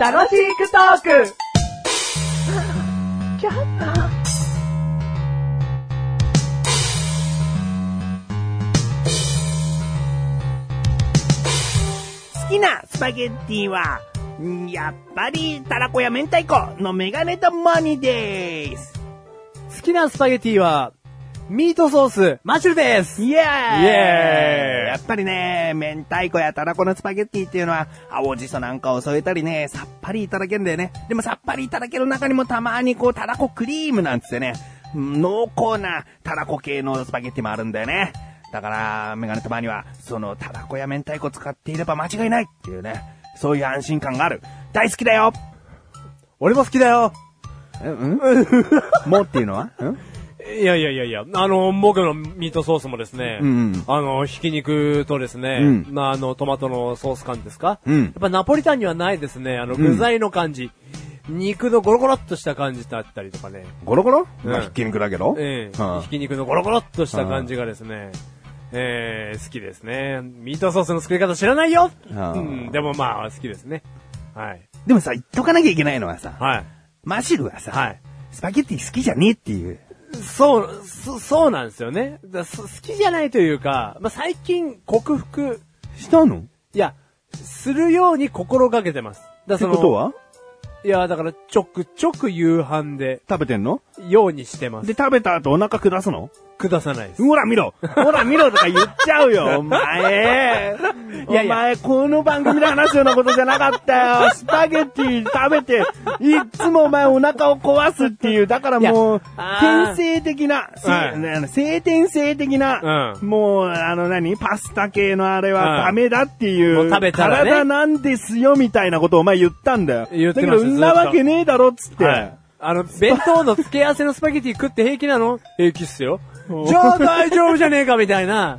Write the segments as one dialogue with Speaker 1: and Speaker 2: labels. Speaker 1: 楽しくトーク
Speaker 2: 好きなスパゲッティは、んやっぱり、たらこや明太子のメガネとマニです。
Speaker 3: 好きなスパゲティは、ミートソース、マッシュルです
Speaker 2: イエーイ
Speaker 3: イエーイ
Speaker 2: やっぱりね、明太子やたらこのスパゲッティっていうのは、青じそなんかを添えたりね、さっぱりいただけるんだよね。でもさっぱりいただける中にもたまにこう、たらこクリームなんつってね、うん濃厚なたらこ系のスパゲッティもあるんだよね。だから、メガネたまには、そのたらこや明太子使っていれば間違いないっていうね、そういう安心感がある。大好きだよ
Speaker 3: 俺も好きだよ
Speaker 2: もっていうのはい
Speaker 3: やいやいやいや、あの、僕のミートソースもですね、
Speaker 2: うんうん
Speaker 3: あの、ひき肉とですね、
Speaker 2: うん
Speaker 3: まあ、あの、トマトのソース感ですか、
Speaker 2: うん
Speaker 3: やっぱナポリタンにはないですね、あの、具材の感じ、肉のゴロゴロっとした感じだったりとかね、
Speaker 2: ゴロゴロ、
Speaker 3: うん
Speaker 2: まあ、ひき肉だけど、
Speaker 3: ええ
Speaker 2: うん
Speaker 3: ひき肉のゴロゴロっとした感じがですね、ええ好きですね。ミートソースの作り方知らないよ、う
Speaker 2: あー
Speaker 3: ん、でもまあ、好きですね。はい。
Speaker 2: でもさ、言っとかなきゃいけないのはさ、
Speaker 3: はい。
Speaker 2: マシルはさ、
Speaker 3: はい
Speaker 2: スパゲッティ好きじゃねえっていう。
Speaker 3: そう、そそうなんですよね。だそ好きじゃないというか、まあ、最近克服、
Speaker 2: したのっ
Speaker 3: いや、するように心がけてます。だ
Speaker 2: て
Speaker 3: その
Speaker 2: ことはい
Speaker 3: や、だからちょくちょく夕飯で、
Speaker 2: 食べてんの
Speaker 3: ようにしてます。
Speaker 2: で、食べた後お腹下すの
Speaker 3: 下さないです。
Speaker 2: ほら見ろほら見ろとか言っちゃう よお前
Speaker 3: いやいや
Speaker 2: お前、この番組で話すようなことじゃなかったよスパゲッティ食べて、いっつもお前お腹を壊すっていう、だからもう
Speaker 3: いや、あー
Speaker 2: 天性的な、せ
Speaker 3: はい
Speaker 2: ねあの性天性的な、
Speaker 3: う
Speaker 2: もう、あの何パスタ系のあれ
Speaker 3: は
Speaker 2: はいダメだっていう、
Speaker 3: もう食べたらね
Speaker 2: 体なんですよみたいなことをお前言ったんだよ。
Speaker 3: 言って
Speaker 2: だ
Speaker 3: ま
Speaker 2: けど、
Speaker 3: した
Speaker 2: んなわけねえだろっつって。
Speaker 3: はい。あの、弁当の付け合わせのスパゲティ食って平気なの平気っすよ
Speaker 2: お。
Speaker 3: じゃあ大丈夫じゃねえかみたいな。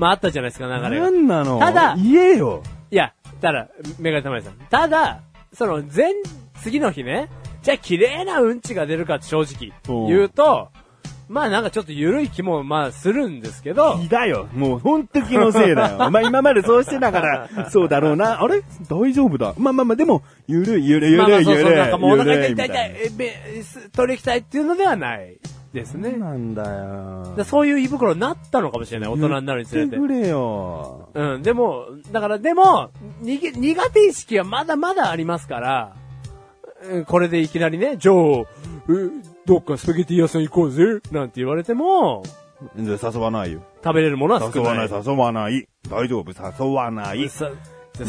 Speaker 3: まああったじゃないですか、流れが
Speaker 2: な。んなの
Speaker 3: ただ
Speaker 2: 言えよ。
Speaker 3: いや、ただ、メガネたまりさん。ただ、その、前、次の日ね、じゃあ綺麗なうんちが出るかって正直
Speaker 2: おう
Speaker 3: 言うと、まあなんかちょっと緩い気もまあするんですけど、
Speaker 2: 気だよ。もうほんと気のせい だよ。お前今までそうしてたから、そうだろうな。あれ大丈夫だ。まあまあまあ、でも、ゆるいゆるいゆ
Speaker 3: まあま
Speaker 2: る
Speaker 3: あ
Speaker 2: い
Speaker 3: そう
Speaker 2: ゆ
Speaker 3: そう、
Speaker 2: るい。
Speaker 3: なんかもうお腹痛い
Speaker 2: ゆる
Speaker 3: 痛い
Speaker 2: みた
Speaker 3: 痛い、え、べ、す取り行きたいっていうのではないですね。
Speaker 2: なんだ
Speaker 3: だ
Speaker 2: よ。
Speaker 3: そういう胃袋になったのかもしれない、大人になるにつれて
Speaker 2: 言っ。てくれよ。
Speaker 3: うん、でも、だからでも、にげ苦手意識はまだまだありますから、うんこれでいきなりね、じゃあ、えどっかスパゲティ屋さん行こうぜ、なんて言われても、
Speaker 2: 全然誘わないよ。
Speaker 3: 食べれるものは少
Speaker 2: 誘
Speaker 3: な
Speaker 2: わ
Speaker 3: い。
Speaker 2: ない、誘わない。大丈夫、誘わない。
Speaker 3: さ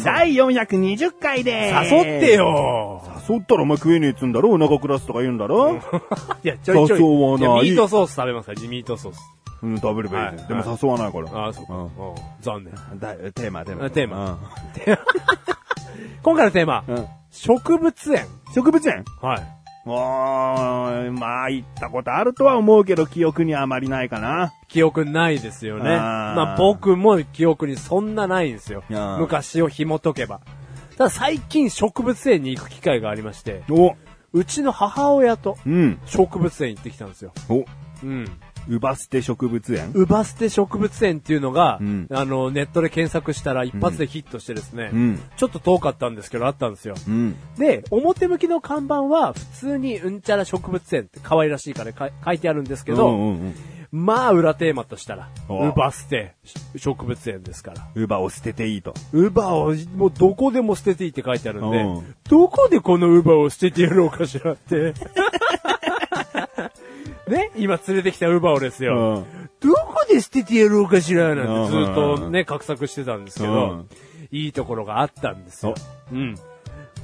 Speaker 2: 第420回でーす。
Speaker 3: 誘って。よ
Speaker 2: 誘ったらお前食えねえっつうんだろお腹下すとか言うんだろ
Speaker 3: いや、ちょいちょい。
Speaker 2: 誘わない
Speaker 3: やミートソース食べますから、ミートソース。
Speaker 2: うん、食べればいいじゃん。で
Speaker 3: はい
Speaker 2: も誘わないから。
Speaker 3: ああ、そうか。うん残念。
Speaker 2: うんだいテーマ、テーマ。
Speaker 3: あテーマ今回のテーマ、
Speaker 2: うん。うん
Speaker 3: 植物園。
Speaker 2: 植物園
Speaker 3: はい。
Speaker 2: あーまあ、行ったことあるとは思うけど、記憶にはあまりないかな。
Speaker 3: 記憶ないですよね。
Speaker 2: あー
Speaker 3: まあ僕も記憶にそんなないんですよ
Speaker 2: いやー。
Speaker 3: 昔を紐解けば。ただ最近植物園に行く機会がありまして、
Speaker 2: お
Speaker 3: うちの母親と
Speaker 2: うん。
Speaker 3: 植物園行ってきたんですよ。
Speaker 2: お、
Speaker 3: うん。
Speaker 2: ウバステ植物園
Speaker 3: ウバステ植物園っていうのが、
Speaker 2: うん
Speaker 3: あの、ネットで検索したら一発でヒットしてですね、
Speaker 2: うん
Speaker 3: ちょっと遠かったんですけど、あったんですよ。
Speaker 2: うん。
Speaker 3: で、表向きの看板は普通にうんちゃら植物園って可愛らしいからか書いてあるんですけ
Speaker 2: け
Speaker 3: ど、
Speaker 2: うんうん
Speaker 3: まあ裏テーマとしたら、
Speaker 2: お
Speaker 3: ウバ捨て植物園ですから。
Speaker 2: ウバを捨てていいと。
Speaker 3: ウバをもうどこでも捨てていいって書いてあるんで、
Speaker 2: うん
Speaker 3: どこでこのウバを捨ててやろうかし らって。ね今連れてきたウバをですよ、どこで捨ててやろうかしらなんてずっとね、画策してたんですけど、いいところがあったんですよ。うん。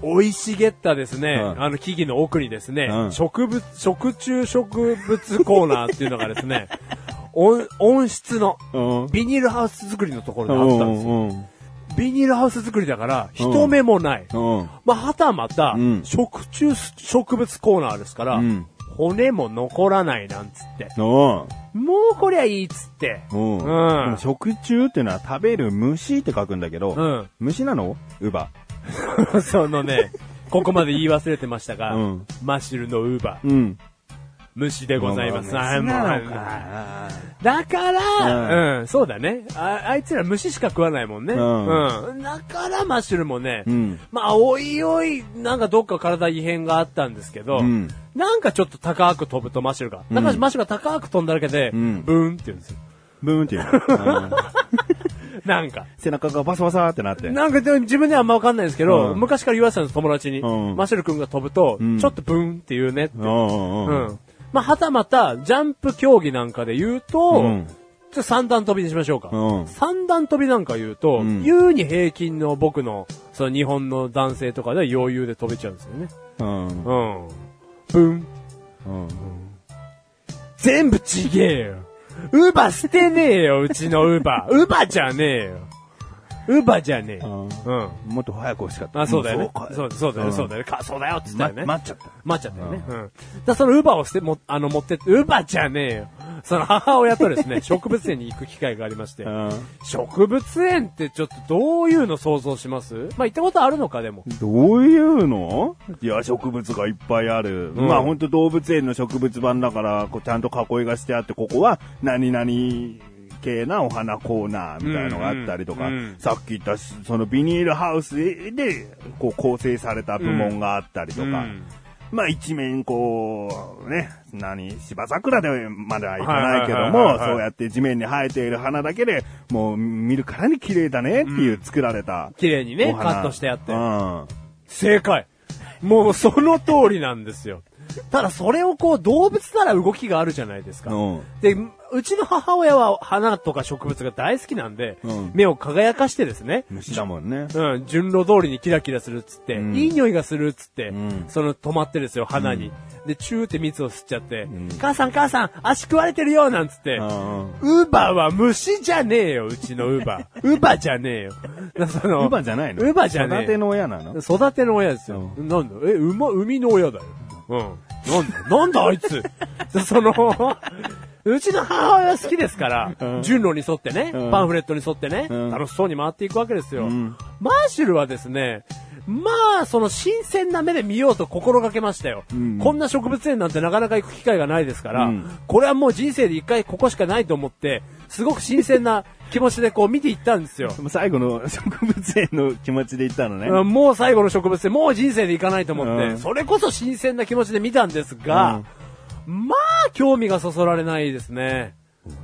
Speaker 3: 生い茂ったですね、
Speaker 2: うん
Speaker 3: あの木々の奥にですね、
Speaker 2: うん
Speaker 3: 植物、食虫植物コーナーっていうのがですね、 温温室の
Speaker 2: うん
Speaker 3: ビニールハウス作りのとこ
Speaker 2: う
Speaker 3: ろ
Speaker 2: ん。
Speaker 3: であったんですよ。
Speaker 2: うんうん
Speaker 3: ビニールハウス作りだから、人目もない。
Speaker 2: うん。
Speaker 3: まあ、はたまた
Speaker 2: うん、
Speaker 3: 食虫植物コーナーですから、
Speaker 2: うん
Speaker 3: 骨も残らないなんつって。
Speaker 2: うん。
Speaker 3: もうこりゃいいっつって。
Speaker 2: うん。
Speaker 3: う
Speaker 2: で
Speaker 3: ん
Speaker 2: も。食虫っていうのは食べる虫って書くんだけど、
Speaker 3: うん
Speaker 2: 虫なのウバ。
Speaker 3: そのね、ここまで言い忘れてましたが、
Speaker 2: うん
Speaker 3: マッシュルのウーバー。
Speaker 2: うん。
Speaker 3: 虫でございます。はい、もう
Speaker 2: なの
Speaker 3: はい
Speaker 2: か。
Speaker 3: だから、うん、そうだねあ。あいつら虫しか食わないもんね。
Speaker 2: うん
Speaker 3: うん。だからマッシュルもね、
Speaker 2: うん
Speaker 3: まあ、おいおい、なんかどっか体異変があったんですけど、
Speaker 2: うん
Speaker 3: なんかちょっと高く飛ぶとマッシュルが。だからマッシュルが高く飛んだだけで、
Speaker 2: ん
Speaker 3: ブーンって言うんですよ。
Speaker 2: ブーンっていうの。
Speaker 3: なんか。
Speaker 2: 背中がバサバサってなって。
Speaker 3: なんかでも自分ではあんまわかんないですけど、
Speaker 2: うん
Speaker 3: 昔から言わせたんです、友達に。
Speaker 2: うん
Speaker 3: マッシュル君が飛ぶと、
Speaker 2: ん
Speaker 3: ちょっとブーンって言うねって。
Speaker 2: うんうん
Speaker 3: う
Speaker 2: うん
Speaker 3: ん。まあ、はたまた、ジャンプ競技なんかで言うと、
Speaker 2: うん
Speaker 3: ちょっと三段跳びにしましょうか。
Speaker 2: うん
Speaker 3: 三段跳びなんか言うと、
Speaker 2: うん
Speaker 3: 優に平均の僕の、その日本の男性とかでは余裕で飛べちゃうんですよね。
Speaker 2: うん
Speaker 3: うん。ブン。
Speaker 2: うん
Speaker 3: 全部ちげえよ。ウーバー捨てねえよ、うちのウー バー。ウーバーじゃねえよ。ウーバーじゃねえ。うん。
Speaker 2: もっと早く欲しかった。
Speaker 3: あ、そうだよね
Speaker 2: ん。
Speaker 3: そうそうだよね、そう
Speaker 2: だ
Speaker 3: だよね。かそうだよって言ったよ
Speaker 2: よ
Speaker 3: ね。
Speaker 2: ね。ま待っちゃっ
Speaker 3: 待っちゃったよね。うん。だからそのウーバーを捨て、も、あの、持ってって、ウーバーじゃねえよ。その母親とですね、 植物園に行く機会がありまして
Speaker 2: た。。うん
Speaker 3: 植物園ってちょっとどういうの想像しますまあ、行ったことあるのか、でも。
Speaker 2: どういうのいや、植物がいっぱいある。
Speaker 3: ん
Speaker 2: まあほんと動物園の植物版だから、こうちゃんと囲いがしてあって、ここは何々系なお花コーナーみたいなのがあったりとか、
Speaker 3: うんうんうん
Speaker 2: さっき言ったし、そのビニールハウスで、こう構成された部門があったりとか、
Speaker 3: うん
Speaker 2: まあ一面こう、ね、何、芝桜でまではいかないけど
Speaker 3: はいはいはい
Speaker 2: も、
Speaker 3: はい
Speaker 2: そうやって地面に生えている花だけでもう見るからに綺麗だねっていう作られた。
Speaker 3: 綺麗にね、
Speaker 2: お
Speaker 3: カ
Speaker 2: 花
Speaker 3: ットしてあって
Speaker 2: う。ん。
Speaker 3: 正解。もうその通りなんですよ。ただそれをこう動物なら動きがあるじゃないですか。
Speaker 2: うん
Speaker 3: で、うちの母親は花とか植物が大好きなんで、
Speaker 2: うん
Speaker 3: 目を輝かしてですね、
Speaker 2: 虫だもんね。
Speaker 3: うん、順路通りにキラキラするっつって、
Speaker 2: うん
Speaker 3: いい匂いがするっつって、
Speaker 2: ん
Speaker 3: その止まってですよ、花に。で、チューって蜜を吸っちゃって、母さん母さん、足食われてるよなんつって、
Speaker 2: うん
Speaker 3: ウーバーは虫じゃねえよ、うちのウーバー。ウーバーじゃねえよ。 なその
Speaker 2: ウバじゃないの
Speaker 3: ウーバーじゃねえ。
Speaker 2: 育ての親なの
Speaker 3: 育ての親ですよ。なんだえ、馬、生みの親だよ。うん。なんだなんだあ いつその、うちの母親好きですから、順路に沿ってね、
Speaker 2: うん
Speaker 3: パンフレットに沿ってね、
Speaker 2: うん
Speaker 3: 楽しそうに回っていくわけですよ。
Speaker 2: ん
Speaker 3: マーシュルはですね、まあ、その新鮮な目で見ようと心がけましたよ、
Speaker 2: ん
Speaker 3: こんな植物園なんてなかなか行く機会がないですから、
Speaker 2: うん
Speaker 3: これはもう人生で一回ここしかないと思って、すごく新鮮な気持ちでこう見ていったんですよ。
Speaker 2: 最後の植物園の気持ちで言ったのね。
Speaker 3: うんもう最後の植物でもう人生でいかないと思って、
Speaker 2: うん
Speaker 3: それこそ新鮮な気持ちで見たんですが、まあ、興味がそそられないですね。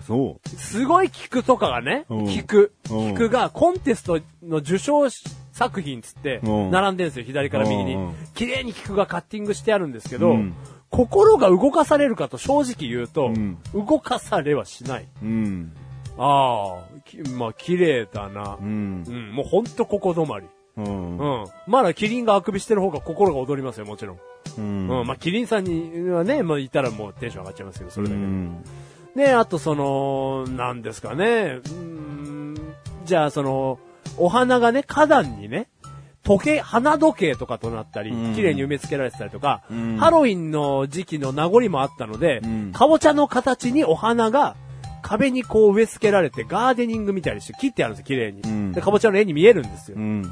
Speaker 2: そ
Speaker 3: すごい菊とかがね、
Speaker 2: うん
Speaker 3: 菊、
Speaker 2: うん
Speaker 3: 菊がコンテストの受賞作品つって、
Speaker 2: うん
Speaker 3: 並んでるんですよ、左から右に
Speaker 2: うんうん。
Speaker 3: 綺麗に菊がカッティングしてあるんですけど、
Speaker 2: うん
Speaker 3: 心が動かされるかと正直言うと、
Speaker 2: うん
Speaker 3: 動かされはしない。
Speaker 2: う。うん。
Speaker 3: ああ、きまあ、綺麗だな
Speaker 2: う。ん
Speaker 3: う。ん、もうほんとここ止まり。
Speaker 2: うん。
Speaker 3: うん。まだキリンがあくびしてる方が心が躍りますよ、もちろん。
Speaker 2: うん
Speaker 3: うん。まあ、キリンさんにはね、まあ、いたらもうテンション上がっちゃいますけど、それだけで。ね、あとその、なんですかね、うーん、じゃあその、お花がね、花壇にね、時計、花時計とかとなったり
Speaker 2: う、ん
Speaker 3: 綺麗に埋め付けられてたりとか、
Speaker 2: うん
Speaker 3: ハロウィンの時期の名残もあったので、
Speaker 2: うん
Speaker 3: かぼちゃの形にお花が壁にこう植え付けられて、ガーデニングみたいにして切ってあるんですよ、綺麗に。
Speaker 2: うん
Speaker 3: で、かぼちゃの絵に見えるんですよ。
Speaker 2: うん。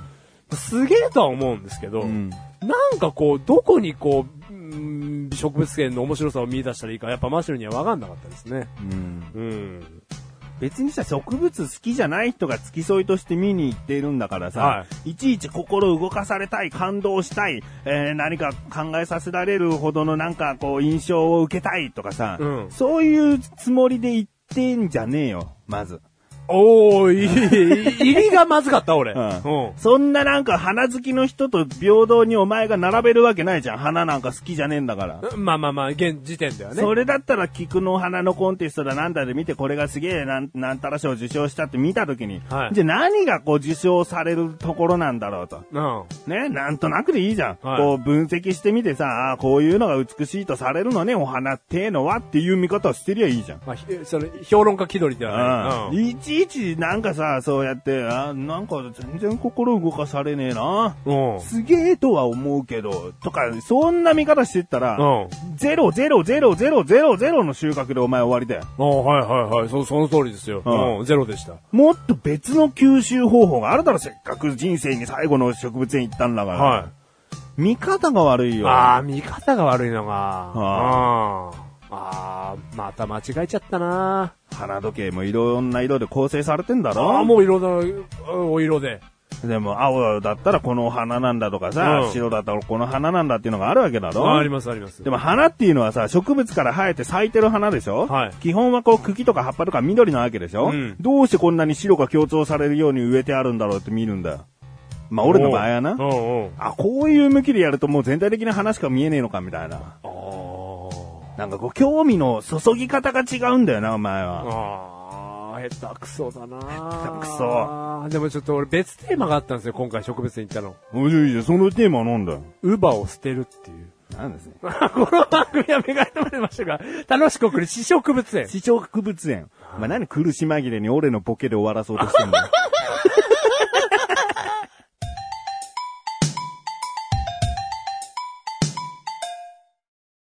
Speaker 3: すげえとは思うんですけど、
Speaker 2: うん
Speaker 3: なんかこう、どこにこう、うん植物園の面白さを見出したらいいか、やっぱマッシュルには分かんなかったですね。
Speaker 2: うん。
Speaker 3: うん。
Speaker 2: 別にさ、植物好きじゃない人が付き添いとして見に行っているんだからさ、、
Speaker 3: はい
Speaker 2: ちいち心動かされたい、感動したい、えー何か考えさせられるほどのなんかこう印象を受けたいとかさ、
Speaker 3: うん
Speaker 2: そういうつもりで行ってんじゃねえよ、まず。
Speaker 3: おー、いい、入りがまずかった、俺。
Speaker 2: うん
Speaker 3: うん
Speaker 2: そんななんか花好きの人と平等にお前が並べるわけないじゃん。花なんか好きじゃねえんだから。
Speaker 3: まあまあまあ、現時点ではね。
Speaker 2: それだったら菊の花のコンテストだなんだで見てこれがすげえなんなんたら賞受賞したって見たときに、
Speaker 3: はい
Speaker 2: じゃあ何がこう受賞されるところなんだろうと。
Speaker 3: うん。
Speaker 2: ね、なんとなくでいいじゃん。
Speaker 3: はい
Speaker 2: こう分析してみてさ、ああこういうのが美しいとされるのね、お花ってのはっていう見方をしてりゃいいじゃん。
Speaker 3: まあ、ひそれ、評論家気取りでは
Speaker 2: う
Speaker 3: なんい。
Speaker 2: いちいちなんかさ、そうやって、ああなんか全然心動かされねえな。
Speaker 3: うん。
Speaker 2: すげえとは思うけど、とか、そんな見方してったら、
Speaker 3: うん。
Speaker 2: ゼロゼロゼロゼロゼロゼロの収穫でお前終わりだよ。
Speaker 3: あはいはいはい。そ、その通りですよ。
Speaker 2: うん
Speaker 3: うん、ゼロでした。
Speaker 2: もっと別の吸収方法があるだろ、せっかく人生に最後の植物園行ったんだから。
Speaker 3: は
Speaker 2: 見方が悪い
Speaker 3: い。
Speaker 2: よ。
Speaker 3: ああ、見方が悪いのが。
Speaker 2: は
Speaker 3: あ。あー、また間違えちゃったな
Speaker 2: 花時計もいろんな色で構成されてんだろ
Speaker 3: あー、もういろんなうんお色で。
Speaker 2: でも、青だったらこの花なんだとかさ、
Speaker 3: うん
Speaker 2: 白だったらこの花なんだっていうのがあるわけだろ
Speaker 3: あありますあります。
Speaker 2: でも花っていうのはさ、植物から生えて咲いてる花でしょ
Speaker 3: はい
Speaker 2: 基本はこう茎とか葉っぱとか緑なわけでしょ
Speaker 3: うん
Speaker 2: どうしてこんなに白が強調されるように植えてあるんだろうって見るんだよ。まあ俺の場合は
Speaker 3: うん
Speaker 2: な。
Speaker 3: うん。
Speaker 2: あ、こういう向きでやるともう全体的な花しか見えねえのかみたいな。
Speaker 3: あー
Speaker 2: なんかこう興味の注ぎ方が違うんだよな、お前は。
Speaker 3: あー、下手くそだな
Speaker 2: 下
Speaker 3: 下
Speaker 2: 手く
Speaker 3: そ。でもちょっと俺別テーマがあったんですよ、今回植物園行ったの。
Speaker 2: おいやいや、そのテーマはなんだよ。
Speaker 3: 乳母を捨てるっていう。
Speaker 2: なんですね。
Speaker 3: この番組は目が覚めましたが、楽しく送る、試植物園。
Speaker 2: 視聴植物園。まあ、何苦し紛れに俺のボケで終わらそうとしてんだよ。